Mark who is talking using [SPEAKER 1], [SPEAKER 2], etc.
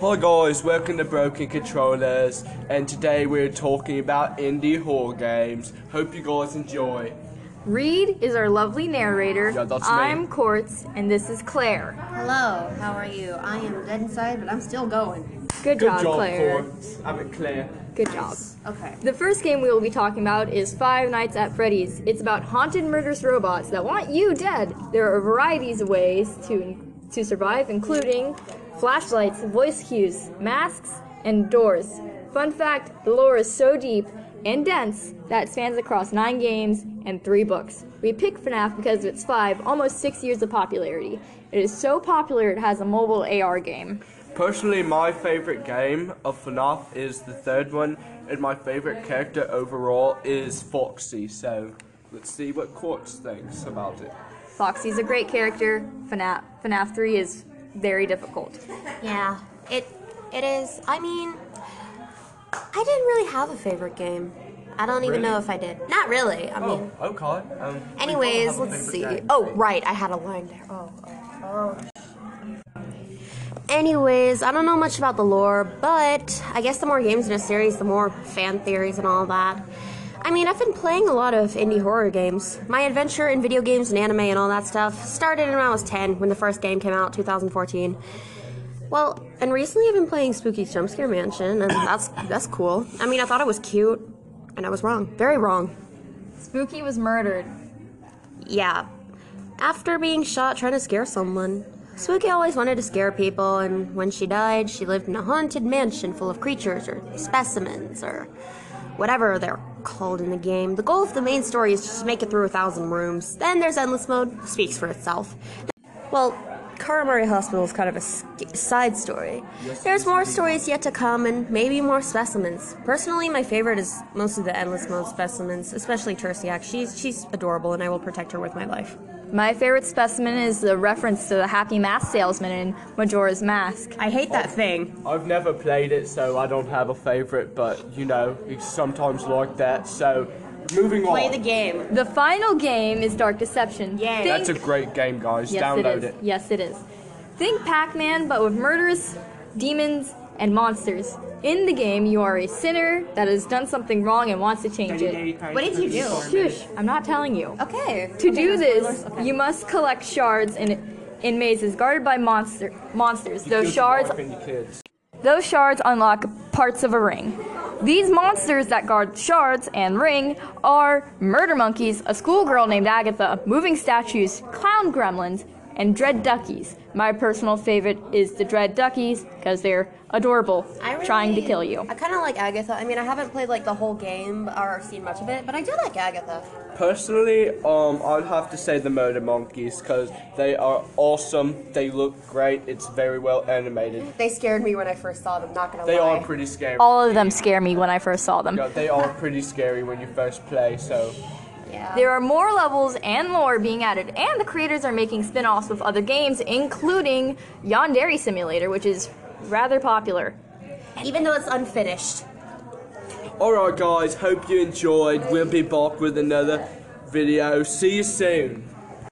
[SPEAKER 1] Hi guys, welcome to Broken Controllers, and today we're talking about indie horror games. Hope you guys enjoy.
[SPEAKER 2] Reed is our lovely narrator.
[SPEAKER 1] Yeah, that's me.
[SPEAKER 2] I'm Quartz, and this is Claire.
[SPEAKER 3] Hello, how are you? I am dead inside, but I'm still going.
[SPEAKER 2] Good,
[SPEAKER 1] Good job,
[SPEAKER 2] Claire.
[SPEAKER 1] Quartz. I'm at Claire.
[SPEAKER 2] Good job.
[SPEAKER 3] Okay.
[SPEAKER 2] The first game we will be talking about is Five Nights at Freddy's. It's about haunted, murderous robots that want you dead. There are varieties of ways to to survive, including flashlights, voice cues, masks, and doors. Fun fact: the lore is so deep and dense that it spans across nine games and three books. We picked FNAF because of its five, almost six years of popularity. It is so popular it has a mobile AR game.
[SPEAKER 1] Personally, my favorite game of FNAF is the third one, and my favorite character overall is Foxy. So let's see what Quartz thinks about it.
[SPEAKER 2] Foxy's a great character. FNAF, FNAF 3 is very difficult.
[SPEAKER 4] Yeah, it it is. I mean, I didn't really have a favorite game. I don't even
[SPEAKER 1] Really?
[SPEAKER 4] know if I did. Not really. I mean,
[SPEAKER 1] Oh, okay. Um,
[SPEAKER 4] anyways, let's see. Oh, right, I had a line there. Oh, oh, oh. Anyways, I don't know much about the lore, but I guess the more games in a series, the more fan theories and all that. I mean, I've been playing a lot of indie horror games. My adventure in video games and anime and all that stuff started when I was 10, when the first game came out, 2014. Well, and recently I've been playing Spooky Jump Scare Mansion, and that's that's cool. I mean, I thought it was cute, and I was wrong, very wrong.
[SPEAKER 2] Spooky was murdered.
[SPEAKER 4] Yeah, after being shot trying to scare someone, Spooky always wanted to scare people, and when she died, she lived in a haunted mansion full of creatures or specimens or whatever they're called in the game. The goal of the main story is just to make it through a thousand rooms. Then there's endless mode, speaks for itself. Well, Karamari Hospital is kind of a s- side story. There's more stories yet to come and maybe more specimens. Personally, my favorite is mostly the endless mode specimens, especially Tersiak. She's she's adorable and I will protect her with my life.
[SPEAKER 2] My favorite specimen is the reference to the happy mask salesman in Majora's Mask.
[SPEAKER 4] I hate that thing.
[SPEAKER 1] I've never played it, so I don't have a favorite, but you know, it's sometimes like that. So, moving
[SPEAKER 4] Play
[SPEAKER 1] on.
[SPEAKER 4] the game.
[SPEAKER 2] The final game is Dark Deception.
[SPEAKER 4] Yay.
[SPEAKER 2] Think-
[SPEAKER 1] That's a great game, guys.
[SPEAKER 2] yes,
[SPEAKER 1] Download
[SPEAKER 2] it, is.
[SPEAKER 1] it.
[SPEAKER 2] Yes, it is. Think Pac-Man, but with murderous demons and monsters. In the game, you are a sinner that has done something wrong and wants to change it.
[SPEAKER 3] What did you do?
[SPEAKER 2] Shush! I'm not telling you.
[SPEAKER 3] Okay.
[SPEAKER 2] To do this,
[SPEAKER 3] Okay.
[SPEAKER 2] you must collect shards in in mazes guarded by monster monsters. Those shards those shards unlock parts of a ring. These monsters that guard shards and ring are murder monkeys, a schoolgirl named Agatha, moving statues, clown gremlins, and dread duckies. My personal favorite is the dread duckies because they're adorable, trying to kill you.
[SPEAKER 4] I kind of like Agatha. I mean, I haven't played like the whole game or seen much of it, but I do like Agatha.
[SPEAKER 1] Personally, um, I'd have to say the Murder Monkeys because they are awesome. They look great. It's very well animated.
[SPEAKER 4] They scared me when I first saw them. Not gonna
[SPEAKER 1] They
[SPEAKER 4] lie.
[SPEAKER 1] are pretty scary.
[SPEAKER 2] All of them scare me when I first saw them.
[SPEAKER 1] Yeah, they are pretty scary when you first play. So,
[SPEAKER 4] yeah.
[SPEAKER 2] There are more levels and lore being added, and the creators are making spin offs with other games, including Yandere Simulator, which is rather popular.
[SPEAKER 4] Even though it's unfinished.
[SPEAKER 1] all right, guys. Hope you enjoyed. We'll be back with another video. See you soon.